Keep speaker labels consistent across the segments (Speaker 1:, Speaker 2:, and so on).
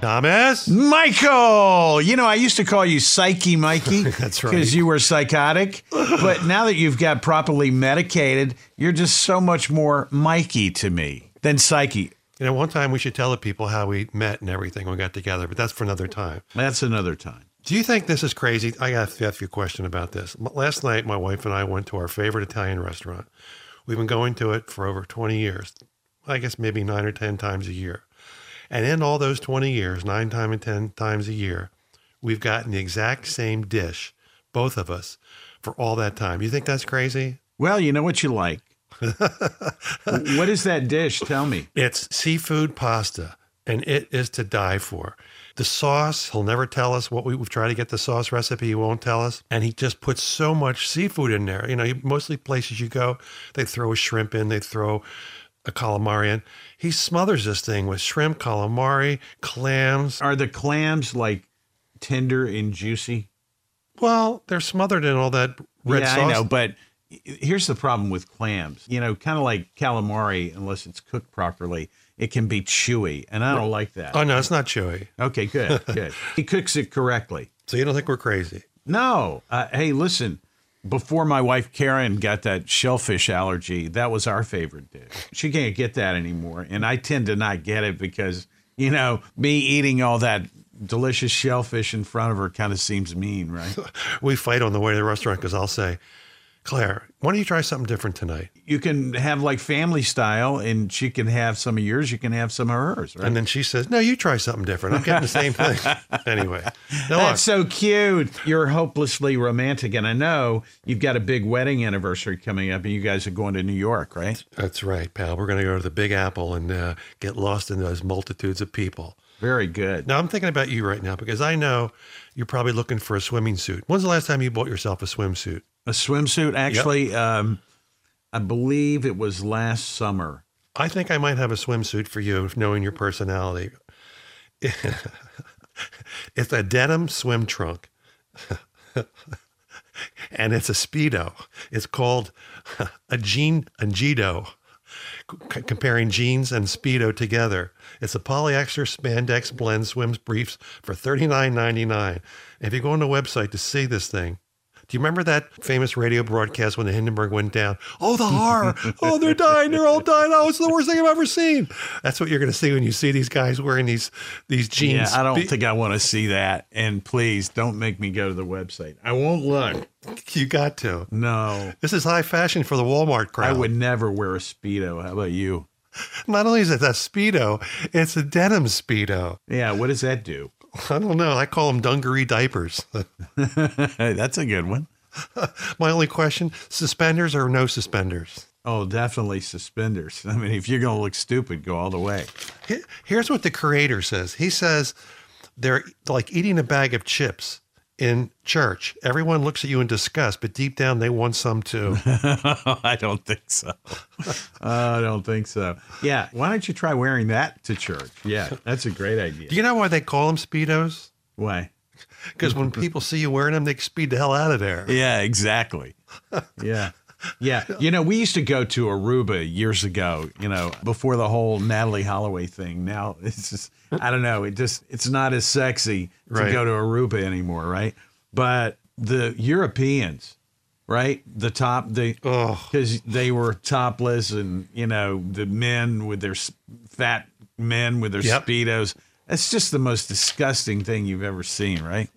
Speaker 1: Thomas?
Speaker 2: Michael! You know, I used to call you Psyche Mikey.
Speaker 1: That's right.
Speaker 2: Because you were psychotic. but now that you've got properly medicated, you're just so much more Mikey to me than Psyche.
Speaker 1: You know, one time we should tell the people how we met and everything when we got together, but that's for another time.
Speaker 2: That's another time.
Speaker 1: Do you think this is crazy? I got to ask you a question about this. M- Last night, my wife and I went to our favorite Italian restaurant. We've been going to it for over 20 years, I guess maybe nine or 10 times a year. And in all those 20 years, nine times and 10 times a year, we've gotten the exact same dish, both of us, for all that time. You think that's crazy?
Speaker 2: Well, you know what you like. what is that dish? Tell me.
Speaker 1: It's seafood pasta, and it is to die for. The sauce, he'll never tell us what we, we've tried to get the sauce recipe. He won't tell us. And he just puts so much seafood in there. You know, you- mostly places you go, they throw a shrimp in, they throw a calamari in. He smothers this thing with shrimp, calamari, clams.
Speaker 2: Are the clams like tender and juicy?
Speaker 1: Well, they're smothered in all that red
Speaker 2: yeah,
Speaker 1: sauce.
Speaker 2: I know, but here's the problem with clams. You know, kind of like calamari, unless it's cooked properly, it can be chewy, and I don't like that.
Speaker 1: Oh, no, it's not chewy.
Speaker 2: Okay, good, good. He cooks it correctly.
Speaker 1: So you don't think we're crazy?
Speaker 2: No, uh, hey, listen. Before my wife Karen got that shellfish allergy, that was our favorite dish. She can't get that anymore, and I tend to not get it because you know me eating all that delicious shellfish in front of her kind of seems mean, right?
Speaker 1: We fight on the way to the restaurant because I'll say, Claire, why don't you try something different tonight?
Speaker 2: you can have like family style and she can have some of yours you can have some of hers right
Speaker 1: And then she says, No, you try something different. I'm getting the same thing. anyway, now look,
Speaker 2: that's so cute you're hopelessly romantic and i know you've got a big wedding anniversary coming up and you guys are going to new york right
Speaker 1: that's right, pal. We're going to go to the Big Apple and uh, get lost in those multitudes of people.
Speaker 2: very good
Speaker 1: Now, I'm thinking about you right now because I know you're probably looking for a swimming suit. When's the last time you bought yourself a swimsuit?
Speaker 2: a swimsuit actually um, i believe it was last summer
Speaker 1: I think I might have a swimsuit for you, knowing your personality. it's a denim swim trunk, and it's a speedo. It's called a jean a Jedo. C- comparing jeans and speedo together, it's a polyester spandex blend swim briefs for $39.99. If you go on the website to see this thing, do you remember that famous radio broadcast when the Hindenburg went down? Oh, the horror. oh, they're dying. They're all dying. Oh, it's the worst thing I've ever seen. That's what you're going to see when you see these guys wearing these these
Speaker 2: yeah
Speaker 1: jeans.
Speaker 2: i don't
Speaker 1: Be-
Speaker 2: think i want to see that and please don't make me go to the website i won't look
Speaker 1: you got to.
Speaker 2: no
Speaker 1: This is high fashion for the Walmart crowd.
Speaker 2: i would never wear a speedo how about you
Speaker 1: Not only is it a speedo, it's a denim speedo.
Speaker 2: yeah what does that do
Speaker 1: I don't know. I call them dungaree diapers.
Speaker 2: That's a good one.
Speaker 1: My only question: suspenders or no suspenders?
Speaker 2: Oh, definitely suspenders. I mean, if you're going to look stupid, go all the way.
Speaker 1: He- Here's what the creator says. He says they're like eating a bag of chips in church. Everyone looks at you in disgust, but deep down they want some too.
Speaker 2: I don't think so. I don't think so. Yeah. Why don't you try wearing that to church? Yeah. That's a great idea.
Speaker 1: Do you know why they call them speedos?
Speaker 2: Why?
Speaker 1: Because when people see you wearing them, they speed the hell out of there.
Speaker 2: Yeah, exactly. Yeah. Yeah. You know, we used to go to Aruba years ago, you know, before the whole Natalie Holloway thing. Now it's just, I don't know, it just, it's not as sexy to
Speaker 1: Right.
Speaker 2: go to Aruba anymore, right? But the Europeans, right? The top, the,
Speaker 1: Oh,
Speaker 2: because they were topless and, you know, the men with their s- fat men with their
Speaker 1: Yep.
Speaker 2: Speedos. That's just the most disgusting thing you've ever seen, right?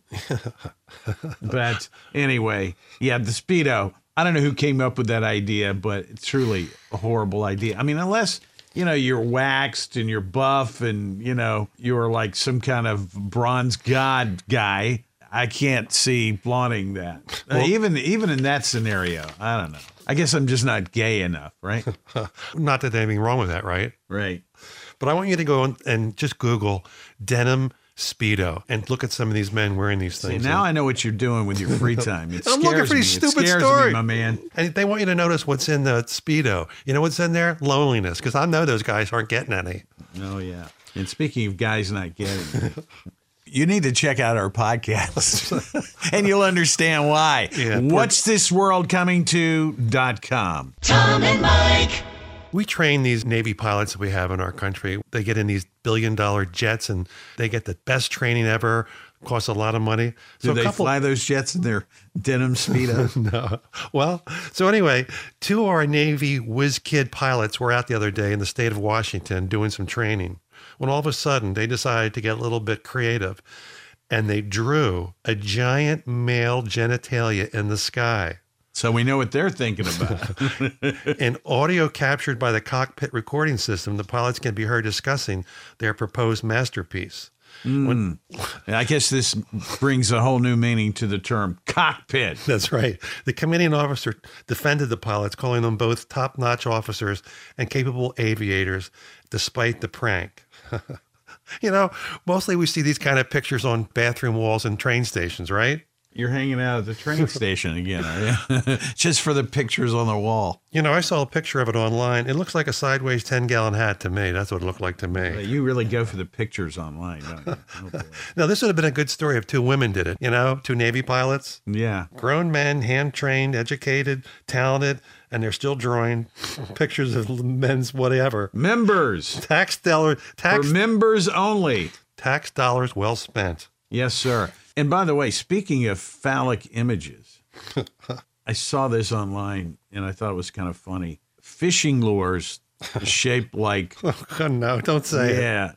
Speaker 2: but anyway, yeah, the speedo. I don't know who came up with that idea, but it's truly a horrible idea. I mean, unless you know you're waxed and you're buff and you know you're like some kind of bronze god guy, I can't see flaunting that. Uh, even even in that scenario, I don't know. I guess I'm just not gay enough, right?
Speaker 1: not that there's anything wrong with that, right?
Speaker 2: right.
Speaker 1: But I want you to go on and just Google denim speedo and look at some of these men wearing these
Speaker 2: See,
Speaker 1: things.
Speaker 2: now I know what you're doing with your free time. It
Speaker 1: I'm looking
Speaker 2: scares
Speaker 1: for
Speaker 2: me.
Speaker 1: these
Speaker 2: It
Speaker 1: stupid
Speaker 2: scares me,
Speaker 1: stories.
Speaker 2: my man.
Speaker 1: And they want you to notice what's in the Speedo. You know what's in there? Loneliness, because I know those guys aren't getting any.
Speaker 2: Oh yeah. And speaking of guys not getting, it, you need to check out our podcast and you'll understand why.
Speaker 1: Yeah, poor-
Speaker 2: What's this world coming to.com.
Speaker 3: Tom and Mike.
Speaker 1: We train these Navy pilots that we have in our country. They get in these billion dollar jets and they get the best training ever. Costs a lot of money.
Speaker 2: Do they fly those jets in their denim speedo?
Speaker 1: no. Well, so anyway, two of our Navy whiz kid pilots were out the other day in the state of Washington doing some training when all of a sudden they decided to get a little bit creative and they drew a giant male genitalia in the sky.
Speaker 2: So we know what they're thinking about.
Speaker 1: In audio captured by the cockpit recording system, the pilots can be heard discussing their proposed masterpiece.
Speaker 2: And I guess this brings a whole new meaning to the term cockpit.
Speaker 1: That's right. The commanding officer defended the pilots, calling them both top notch officers and capable aviators, despite the prank. you know, mostly we see these kind of pictures on bathroom walls and train stations, right?
Speaker 2: You're hanging out at the train station again, are you? Just for the pictures on the wall.
Speaker 1: You know, I saw a picture of it online. It looks like a sideways 10 gallon hat to me. That's what it looked like to me.
Speaker 2: You really go for the pictures online, don't you? Oh, boy.
Speaker 1: Now, this would have been a good story if two women did it, you know, two Navy pilots.
Speaker 2: yeah.
Speaker 1: grown men, hand trained, educated, talented, and they're still drawing pictures of men's whatever.
Speaker 2: Members.
Speaker 1: Tax dollar,
Speaker 2: For
Speaker 1: tax
Speaker 2: members only.
Speaker 1: tax dollars well spent.
Speaker 2: Yes, sir. And by the way, speaking of phallic images, I saw this online and I thought it was kind of funny. Fishing lures shaped like,
Speaker 1: Oh, no, don't say it.
Speaker 2: yeah,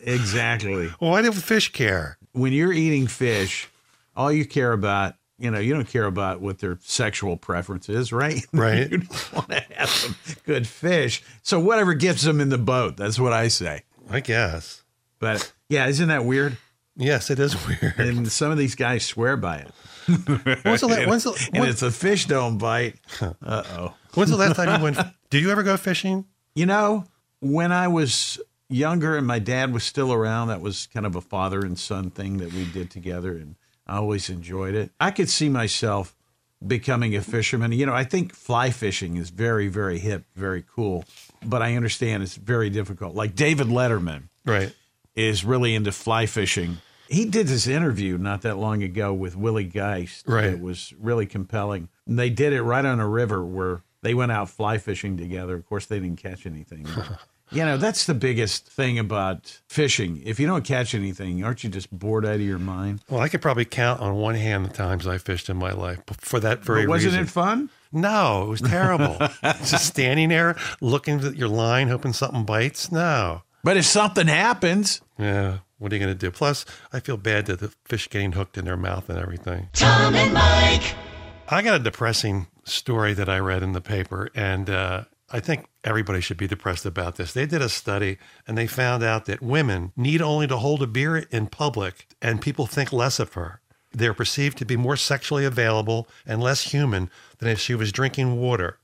Speaker 2: exactly.
Speaker 1: Why do fish care?
Speaker 2: When you're eating fish, all you care about, you know, you don't care about what their sexual preference is, right?
Speaker 1: Right.
Speaker 2: you want to have some good fish. So whatever gets them in the boat, that's what I say.
Speaker 1: I guess.
Speaker 2: But yeah, isn't that weird?
Speaker 1: Yes, it is weird.
Speaker 2: And some of these guys swear by it.
Speaker 1: When's the, la- when's, the,
Speaker 2: And
Speaker 1: when-
Speaker 2: if the fish don't bite, uh oh.
Speaker 1: when's the last time you went? Did you ever go fishing?
Speaker 2: You know, when I was younger and my dad was still around, that was kind of a father and son thing that we did together, and I always enjoyed it. I could see myself becoming a fisherman. You know, I think fly fishing is very, very hip, very cool, but I understand it's very difficult. Like David Letterman
Speaker 1: Right.
Speaker 2: is really into fly fishing. He did this interview not that long ago with Willie Geist.
Speaker 1: Right.
Speaker 2: It was really compelling. And they did it right on a river where they went out fly fishing together. Of course, they didn't catch anything. you know, that's the biggest thing about fishing. If you don't catch anything, aren't you just bored out of your mind?
Speaker 1: Well, I could probably count on one hand the times I fished in my life for that very
Speaker 2: But wasn't
Speaker 1: reason.
Speaker 2: it fun?
Speaker 1: no, it was terrible. Just standing there looking at your line, hoping something bites. No.
Speaker 2: But if something happens,
Speaker 1: Yeah, what are you going to do? Plus, I feel bad that the fish getting hooked in their mouth and everything.
Speaker 3: Tom and Mike.
Speaker 1: I got a depressing story that I read in the paper, and uh, I think everybody should be depressed about this. They did a study and they found out that women need only to hold a beer in public, and people think less of her. They're perceived to be more sexually available and less human than if she was drinking water.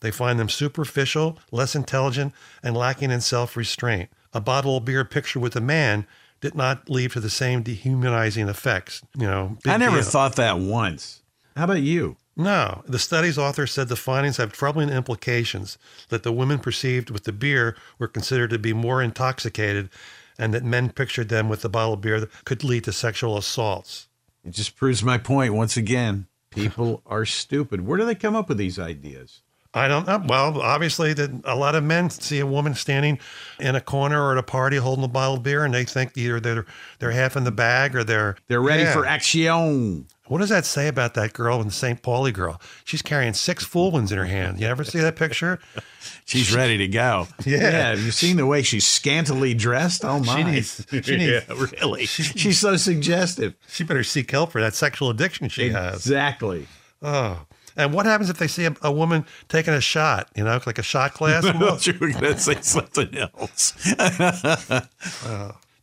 Speaker 1: They find them superficial, less intelligent, and lacking in self restraint. A bottle of beer picture with a man did not lead to the same dehumanizing effects. You know,
Speaker 2: I
Speaker 1: big
Speaker 2: never
Speaker 1: deal.
Speaker 2: thought that once. How about you?
Speaker 1: No, the study's author said the findings have troubling implications that the women perceived with the beer were considered to be more intoxicated and that men pictured them with the bottle of beer that could lead to sexual assaults.
Speaker 2: It just proves my point once again. People are stupid. Where do they come up with these ideas?
Speaker 1: I don't know. Well, obviously, that a lot of men see a woman standing in a corner or at a party holding a bottle of beer, and they think either they're they're half in the bag or they're
Speaker 2: They're ready
Speaker 1: Yeah.
Speaker 2: for action.
Speaker 1: What does that say about that girl in the St. Pauli girl? She's carrying six full ones in her hand. You ever see that picture?
Speaker 2: She's ready to go.
Speaker 1: Yeah.
Speaker 2: Have you seen the way she's scantily dressed? Oh my.
Speaker 1: needs- she needs-
Speaker 2: yeah, really. She's so suggestive.
Speaker 1: She better seek help for that sexual addiction she has.
Speaker 2: Exactly.
Speaker 1: Oh. And what happens if they see a, a woman taking a shot, you know, like a shot glass? Do
Speaker 2: you were gonna say something else.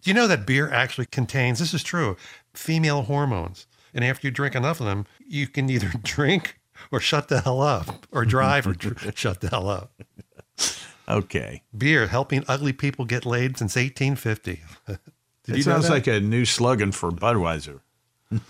Speaker 1: you know that beer actually contains, this is true, female hormones. And after you drink enough of them, you can either drink or shut the hell up or drive or dr- shut the hell up.
Speaker 2: Okay.
Speaker 1: Beer helping ugly people get laid since 1850. Did you know
Speaker 2: It sounds
Speaker 1: that?
Speaker 2: like a new slogan for Budweiser.
Speaker 1: but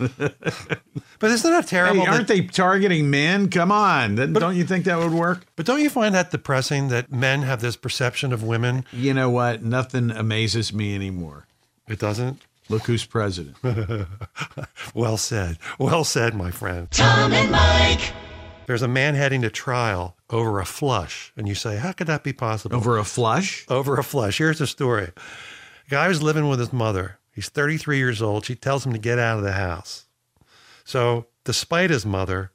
Speaker 1: isn't that
Speaker 2: Hey,
Speaker 1: terrible? that-
Speaker 2: aren't they targeting men? Come on. Then don't you think that would work?
Speaker 1: but don't you find that depressing that men have this perception of women?
Speaker 2: You know what? Nothing amazes me anymore.
Speaker 1: It doesn't?
Speaker 2: Look who's president.
Speaker 1: Well said. Well said, my friend.
Speaker 3: Tom and Mike.
Speaker 1: There's a man heading to trial over a flush. And you say, how could that be possible?
Speaker 2: Over a flush?
Speaker 1: over a flush. Here's the story. A guy was living with his mother. He's 33 years old. She tells him to get out of the house. So, despite his mother,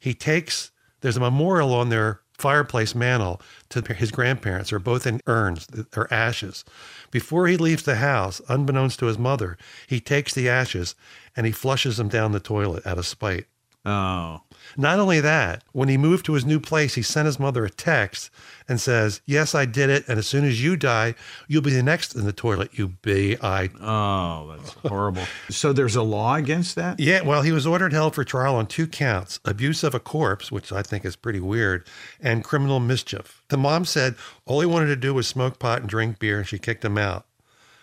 Speaker 1: he takes there's a memorial on their fireplace mantle to his grandparents are both in urns or ashes. Before he leaves the house, unbeknownst to his mother, he takes the ashes and he flushes them down the toilet out of spite.
Speaker 2: Oh.
Speaker 1: Not only that, when he moved to his new place, he sent his mother a text and says, Yes, I did it. And as soon as you die, you'll be the next in the toilet, you B I.
Speaker 2: Oh, that's horrible. So there's a law against that?
Speaker 1: Yeah, well, he was ordered held for trial on two counts abuse of a corpse, which I think is pretty weird, and criminal mischief. The mom said all he wanted to do was smoke pot and drink beer, and she kicked him out.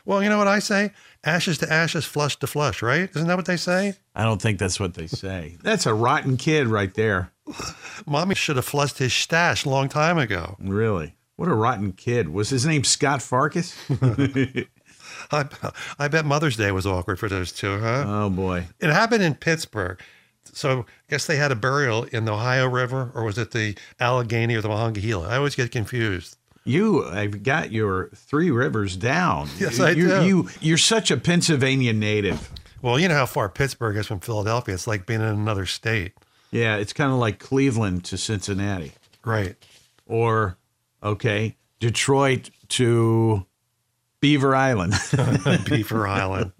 Speaker 1: Well, you know what I say? Ashes to ashes, flush to flush, right? Isn't that what they say?
Speaker 2: I don't think that's what they say. That's a rotten kid right there.
Speaker 1: Mommy should have flushed his stash a long time ago.
Speaker 2: Really? What a rotten kid. Was his name Scott Farkas?
Speaker 1: I, I bet Mother's Day was awkward for those two, huh?
Speaker 2: oh, boy.
Speaker 1: It happened in Pittsburgh. So I guess they had a burial in the Ohio River, or was it the Allegheny or the Monongahela? I always get confused.
Speaker 2: You, I've got your three rivers down.
Speaker 1: Yes, I
Speaker 2: you,
Speaker 1: do.
Speaker 2: You, you're such a Pennsylvania native.
Speaker 1: Well, you know how far Pittsburgh is from Philadelphia. It's like being in another state.
Speaker 2: Yeah, it's kind of like Cleveland to Cincinnati,
Speaker 1: Right.
Speaker 2: or okay, Detroit to Beaver Island.
Speaker 1: Beaver Island.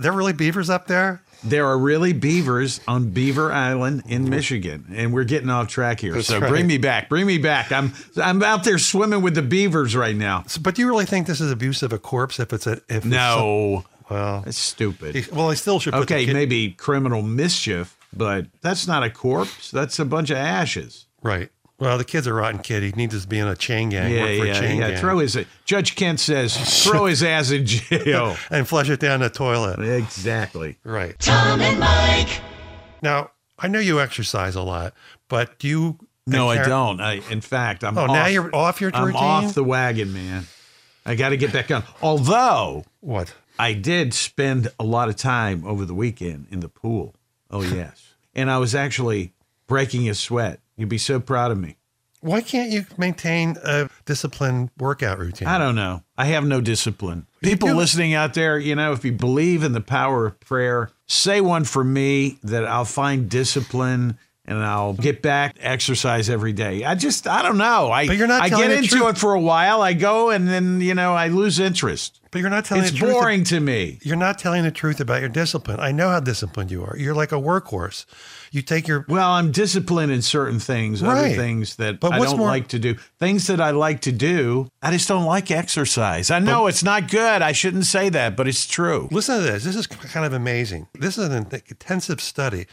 Speaker 1: There really beavers up there?
Speaker 2: there are really beavers on Beaver Island in Michigan, and we're getting off track here. so
Speaker 1: right.
Speaker 2: bring me back, bring me back. I'm I'm out there swimming with the beavers right now.
Speaker 1: So, but do you really think this is abuse of a corpse if it's a if it's
Speaker 2: No,
Speaker 1: a- well,
Speaker 2: that's stupid.
Speaker 1: he- well, I still should. Put the
Speaker 2: Okay,
Speaker 1: kid-
Speaker 2: maybe criminal mischief, but that's not a corpse. That's a bunch of ashes.
Speaker 1: Right. Well, the kid's a rotten kid. He needs to be in a chain gang.
Speaker 2: Yeah,
Speaker 1: work for a
Speaker 2: yeah,
Speaker 1: chain
Speaker 2: yeah.
Speaker 1: gang.
Speaker 2: Throw his Judge Kent says throw his ass in jail.
Speaker 1: and flush it down the toilet.
Speaker 2: exactly.
Speaker 1: Right.
Speaker 3: Tom and Mike.
Speaker 1: Now, I know you exercise a lot, but do you?
Speaker 2: No, I
Speaker 1: care-
Speaker 2: don't. I, in fact, I'm.
Speaker 1: Oh,
Speaker 2: off,
Speaker 1: now you're off your
Speaker 2: I'm
Speaker 1: routine.
Speaker 2: off the wagon, man. I got to get back on. Although
Speaker 1: what?
Speaker 2: I did spend a lot of time over the weekend in the pool. Oh yes, and I was actually breaking a sweat. You'd be so proud of me.
Speaker 1: Why can't you maintain a disciplined workout routine?
Speaker 2: I don't know. I have no discipline. People
Speaker 1: do.
Speaker 2: listening out there, you know, if you believe in the power of prayer, say one for me that I'll find discipline and I'll get back to exercise every day. I just I don't know. I
Speaker 1: But you're not
Speaker 2: I
Speaker 1: telling
Speaker 2: get
Speaker 1: the
Speaker 2: into
Speaker 1: truth.
Speaker 2: it for a while, I go and then, you know, I lose interest.
Speaker 1: but you're not telling
Speaker 2: It's
Speaker 1: the truth.
Speaker 2: boring to me.
Speaker 1: You're not telling the truth about your discipline. I know how disciplined you are. You're like a workhorse. You take your
Speaker 2: Well, I'm disciplined in certain things, other
Speaker 1: Right.
Speaker 2: things that
Speaker 1: But
Speaker 2: I
Speaker 1: what's
Speaker 2: don't
Speaker 1: more-
Speaker 2: like to do. Things that I like to do, I just don't like exercise. I know it's not good. I shouldn't say that, but it's true.
Speaker 1: Listen to this. This is kind of amazing. This is an intensive study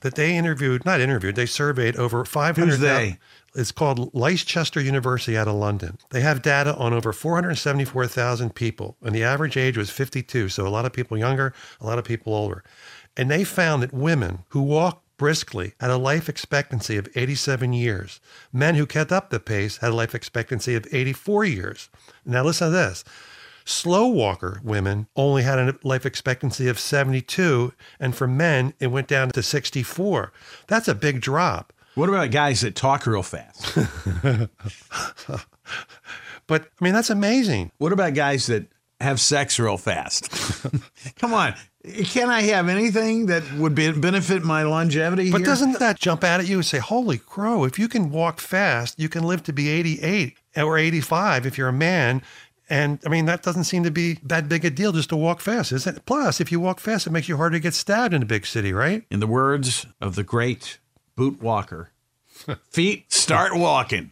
Speaker 1: that they interviewed, not interviewed, they surveyed over 500.
Speaker 2: Who's they?
Speaker 1: It's called Leicester University out of London. They have data on over 474,000 people, and the average age was 52. So a lot of people younger, a lot of people older. And they found that women who walked briskly had a life expectancy of 87 years. Men who kept up the pace had a life expectancy of 84 years. Now, listen to this. Slow walker women only had a life expectancy of 72, and for men, it went down to 64. That's a big drop.
Speaker 2: What about guys that talk real fast?
Speaker 1: But I mean, that's amazing.
Speaker 2: What about guys that have sex real fast? Come on. Can I have anything that would be, benefit my longevity?
Speaker 1: But
Speaker 2: here?
Speaker 1: doesn't that jump out at you and say, Holy crow, if you can walk fast, you can live to be 88 or 85 if you're a man. And I mean, that doesn't seem to be that big a deal just to walk fast, is it? Plus, if you walk fast, it makes you harder to get stabbed in a big city, right?
Speaker 2: in the words of the great boot walker, feet start walking.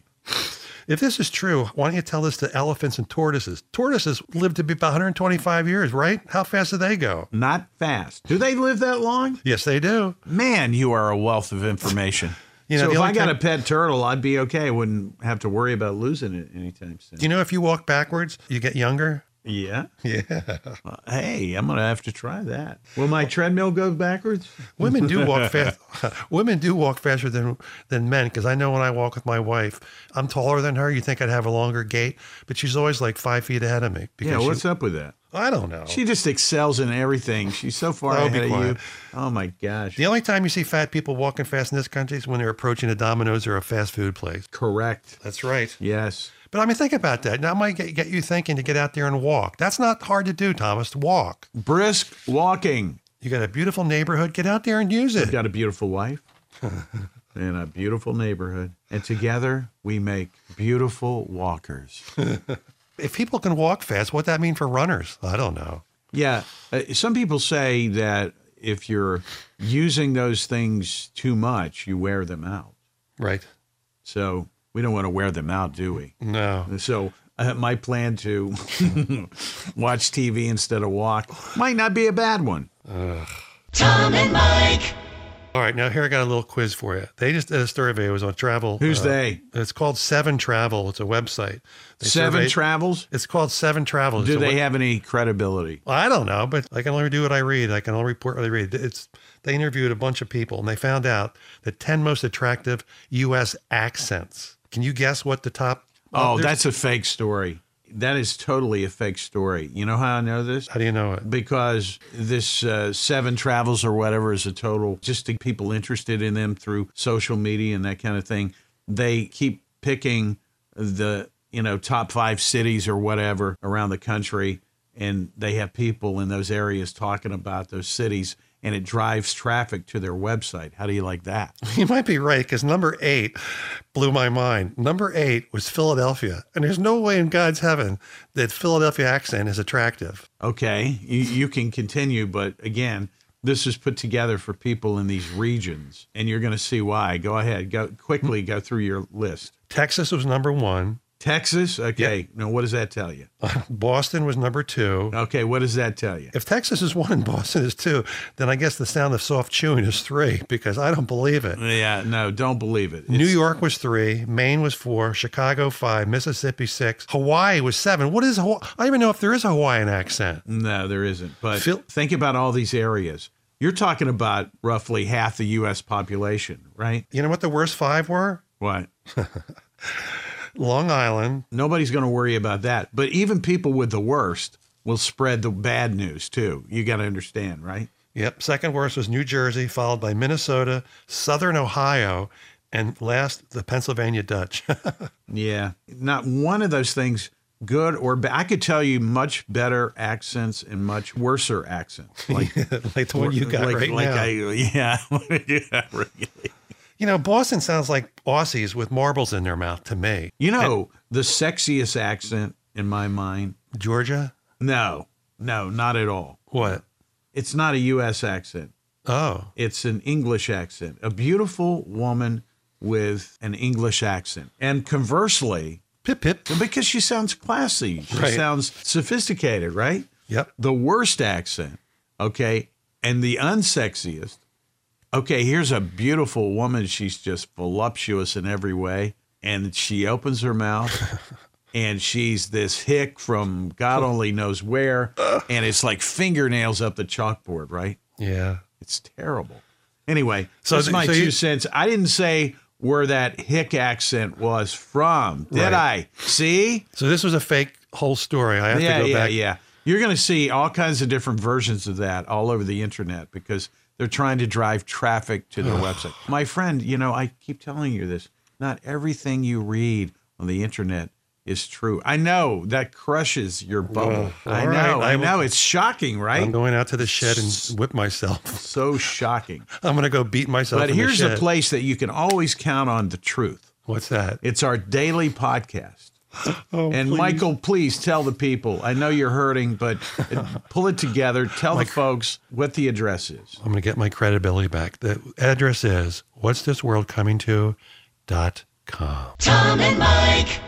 Speaker 1: If this is true, why don't you tell this to elephants and tortoises? Tortoises live to be about 125 years, right? How fast do they go?
Speaker 2: Not fast. Do they live that long?
Speaker 1: Yes, they do.
Speaker 2: Man, you are a wealth of information.
Speaker 1: You know,
Speaker 2: so
Speaker 1: the
Speaker 2: if
Speaker 1: only
Speaker 2: I got
Speaker 1: time-
Speaker 2: a pet turtle, I'd be okay. Wouldn't have to worry about losing it anytime soon.
Speaker 1: Do you know if you walk backwards, you get younger?
Speaker 2: Yeah.
Speaker 1: Yeah.
Speaker 2: Uh, Hey, I'm gonna have to try that. Will my treadmill go backwards?
Speaker 1: Women do walk fast. Women do walk faster than than men because I know when I walk with my wife, I'm taller than her. You think I'd have a longer gait, but she's always like five feet ahead of me.
Speaker 2: Yeah.
Speaker 1: Because she-
Speaker 2: What's up with that?
Speaker 1: I don't know.
Speaker 2: She just excels in everything. She's so far
Speaker 1: I'll be
Speaker 2: ahead of you.
Speaker 1: quiet.
Speaker 2: Oh my gosh.
Speaker 1: the only time you see fat people walking fast in this country is when they're approaching a Domino's or a fast food place.
Speaker 2: Correct.
Speaker 1: That's right.
Speaker 2: Yes.
Speaker 1: But I mean, think about that. Now, I might get, get you thinking to get out there and walk. That's not hard to do, Thomas. To walk.
Speaker 2: Brisk walking.
Speaker 1: You got a beautiful neighborhood. Get out there and use it.
Speaker 2: Got a beautiful wife and a beautiful neighborhood. And together we make beautiful walkers.
Speaker 1: If people can walk fast, what that mean for runners? I don't know.
Speaker 2: Yeah. Uh, some people say that if you're using those things too much, you wear them out.
Speaker 1: Right?
Speaker 2: So we don't want to wear them out, do we?
Speaker 1: No.
Speaker 2: So uh, my plan to watch TV instead of walk might not be a bad one.
Speaker 3: Tom and Mike.
Speaker 1: All right, now here I got a little quiz for you. They just did a survey. It was on travel.
Speaker 2: Who's
Speaker 1: uh,
Speaker 2: they?
Speaker 1: It's called Seven Travel. It's a website. They
Speaker 2: Seven
Speaker 1: surveyed-
Speaker 2: travels.
Speaker 1: It's called Seven Travel.
Speaker 2: Do
Speaker 1: It's a
Speaker 2: they
Speaker 1: web-
Speaker 2: have any credibility?
Speaker 1: I don't know, but I can only do what I read. I can only report what I read. It's they interviewed a bunch of people and they found out the ten most attractive U.S. accents. Can you guess what the top?
Speaker 2: Oh,
Speaker 1: there's-
Speaker 2: that's a fake story. That is totally a fake story. You know how I know this?
Speaker 1: how do you know it?
Speaker 2: Because this uh, seven travels or whatever is a total, just to people interested in them through social media and that kind of thing. They keep picking the, you know, top five cities or whatever around the country. And they have people in those areas talking about those cities and it drives traffic to their website. How do you like that?
Speaker 1: You might be right because number eight blew my mind. Number eight was Philadelphia, and there's no way in God's heaven that Philadelphia accent is attractive.
Speaker 2: Okay, you, you can continue, but again, this is put together for people in these regions, and you're going to see why. Go ahead, go quickly, go through your list.
Speaker 1: Texas was number one.
Speaker 2: Texas, okay. Now, what does that tell you?
Speaker 1: Boston was number two.
Speaker 2: Okay, what does that tell you?
Speaker 1: If Texas is one and Boston is two, then I guess the sound of soft chewing is three because I don't believe it.
Speaker 2: Yeah, no, don't believe it.
Speaker 1: New
Speaker 2: It's-
Speaker 1: York was three, Maine was four, Chicago five, Mississippi six, Hawaii was seven. What is Hawaii? I don't even know if there is a Hawaiian accent.
Speaker 2: No, there isn't. But
Speaker 1: Phil-
Speaker 2: think about all these areas. You're talking about roughly half the U.S. population, right?
Speaker 1: You know what the worst five were?
Speaker 2: What?
Speaker 1: Long Island,
Speaker 2: Nobody's going to worry about that. But even people with the worst will spread the bad news too. You got to understand, right?
Speaker 1: Yep. Second worst was New Jersey, followed by Minnesota, Southern Ohio, and last, the Pennsylvania Dutch.
Speaker 2: Yeah. Not one of those things, good or bad. I could tell you much better accents and much worser accents. Like,
Speaker 1: like the one you got
Speaker 2: like,
Speaker 1: right
Speaker 2: like
Speaker 1: now.
Speaker 2: I, yeah. Yeah, right.
Speaker 1: you know, Boston sounds like Aussies with marbles in their mouth to me.
Speaker 2: you know, the sexiest accent in my mind.
Speaker 1: Georgia?
Speaker 2: No, no, not at all.
Speaker 1: What?
Speaker 2: It's not a U.S. accent.
Speaker 1: Oh,
Speaker 2: It's an English accent. A beautiful woman with an English accent. And conversely,
Speaker 1: pip pip.
Speaker 2: because she sounds classy, she
Speaker 1: Right.
Speaker 2: sounds sophisticated, right?
Speaker 1: Yep.
Speaker 2: the worst accent, okay, and the unsexiest. Okay, here's a beautiful woman. She's just voluptuous in every way. And she opens her mouth and she's this hick from God only knows where. And it's like fingernails up the chalkboard, right?
Speaker 1: Yeah.
Speaker 2: It's terrible. Anyway,
Speaker 1: So
Speaker 2: so that's
Speaker 1: th-
Speaker 2: my
Speaker 1: so
Speaker 2: two
Speaker 1: you-
Speaker 2: cents. I didn't say where that hick accent was from, did
Speaker 1: Right.
Speaker 2: I? See?
Speaker 1: So this was a fake whole story. I have
Speaker 2: yeah,
Speaker 1: to go
Speaker 2: yeah,
Speaker 1: back.
Speaker 2: yeah. You're going to see all kinds of different versions of that all over the internet because they're trying to drive traffic to their website. My friend, you know, I keep telling you this. Not everything you read on the internet is true. I know that crushes your bubble.
Speaker 1: all
Speaker 2: I know.
Speaker 1: right, I
Speaker 2: I,
Speaker 1: will-
Speaker 2: know. It's shocking, right?
Speaker 1: I'm going out to the shed and whip myself.
Speaker 2: so shocking.
Speaker 1: I'm going to go beat myself.
Speaker 2: But
Speaker 1: in
Speaker 2: here's
Speaker 1: the
Speaker 2: a
Speaker 1: shed.
Speaker 2: place that you can always count on the truth.
Speaker 1: What's that?
Speaker 2: It's our daily podcast.
Speaker 1: Oh,
Speaker 2: and
Speaker 1: please.
Speaker 2: Michael, please tell the people. I know you're hurting, but uh, pull it together. Tell the folks what the address is.
Speaker 1: I'm going to get my credibility back. The address is what's this world coming to dot com.
Speaker 3: Tom and Mike.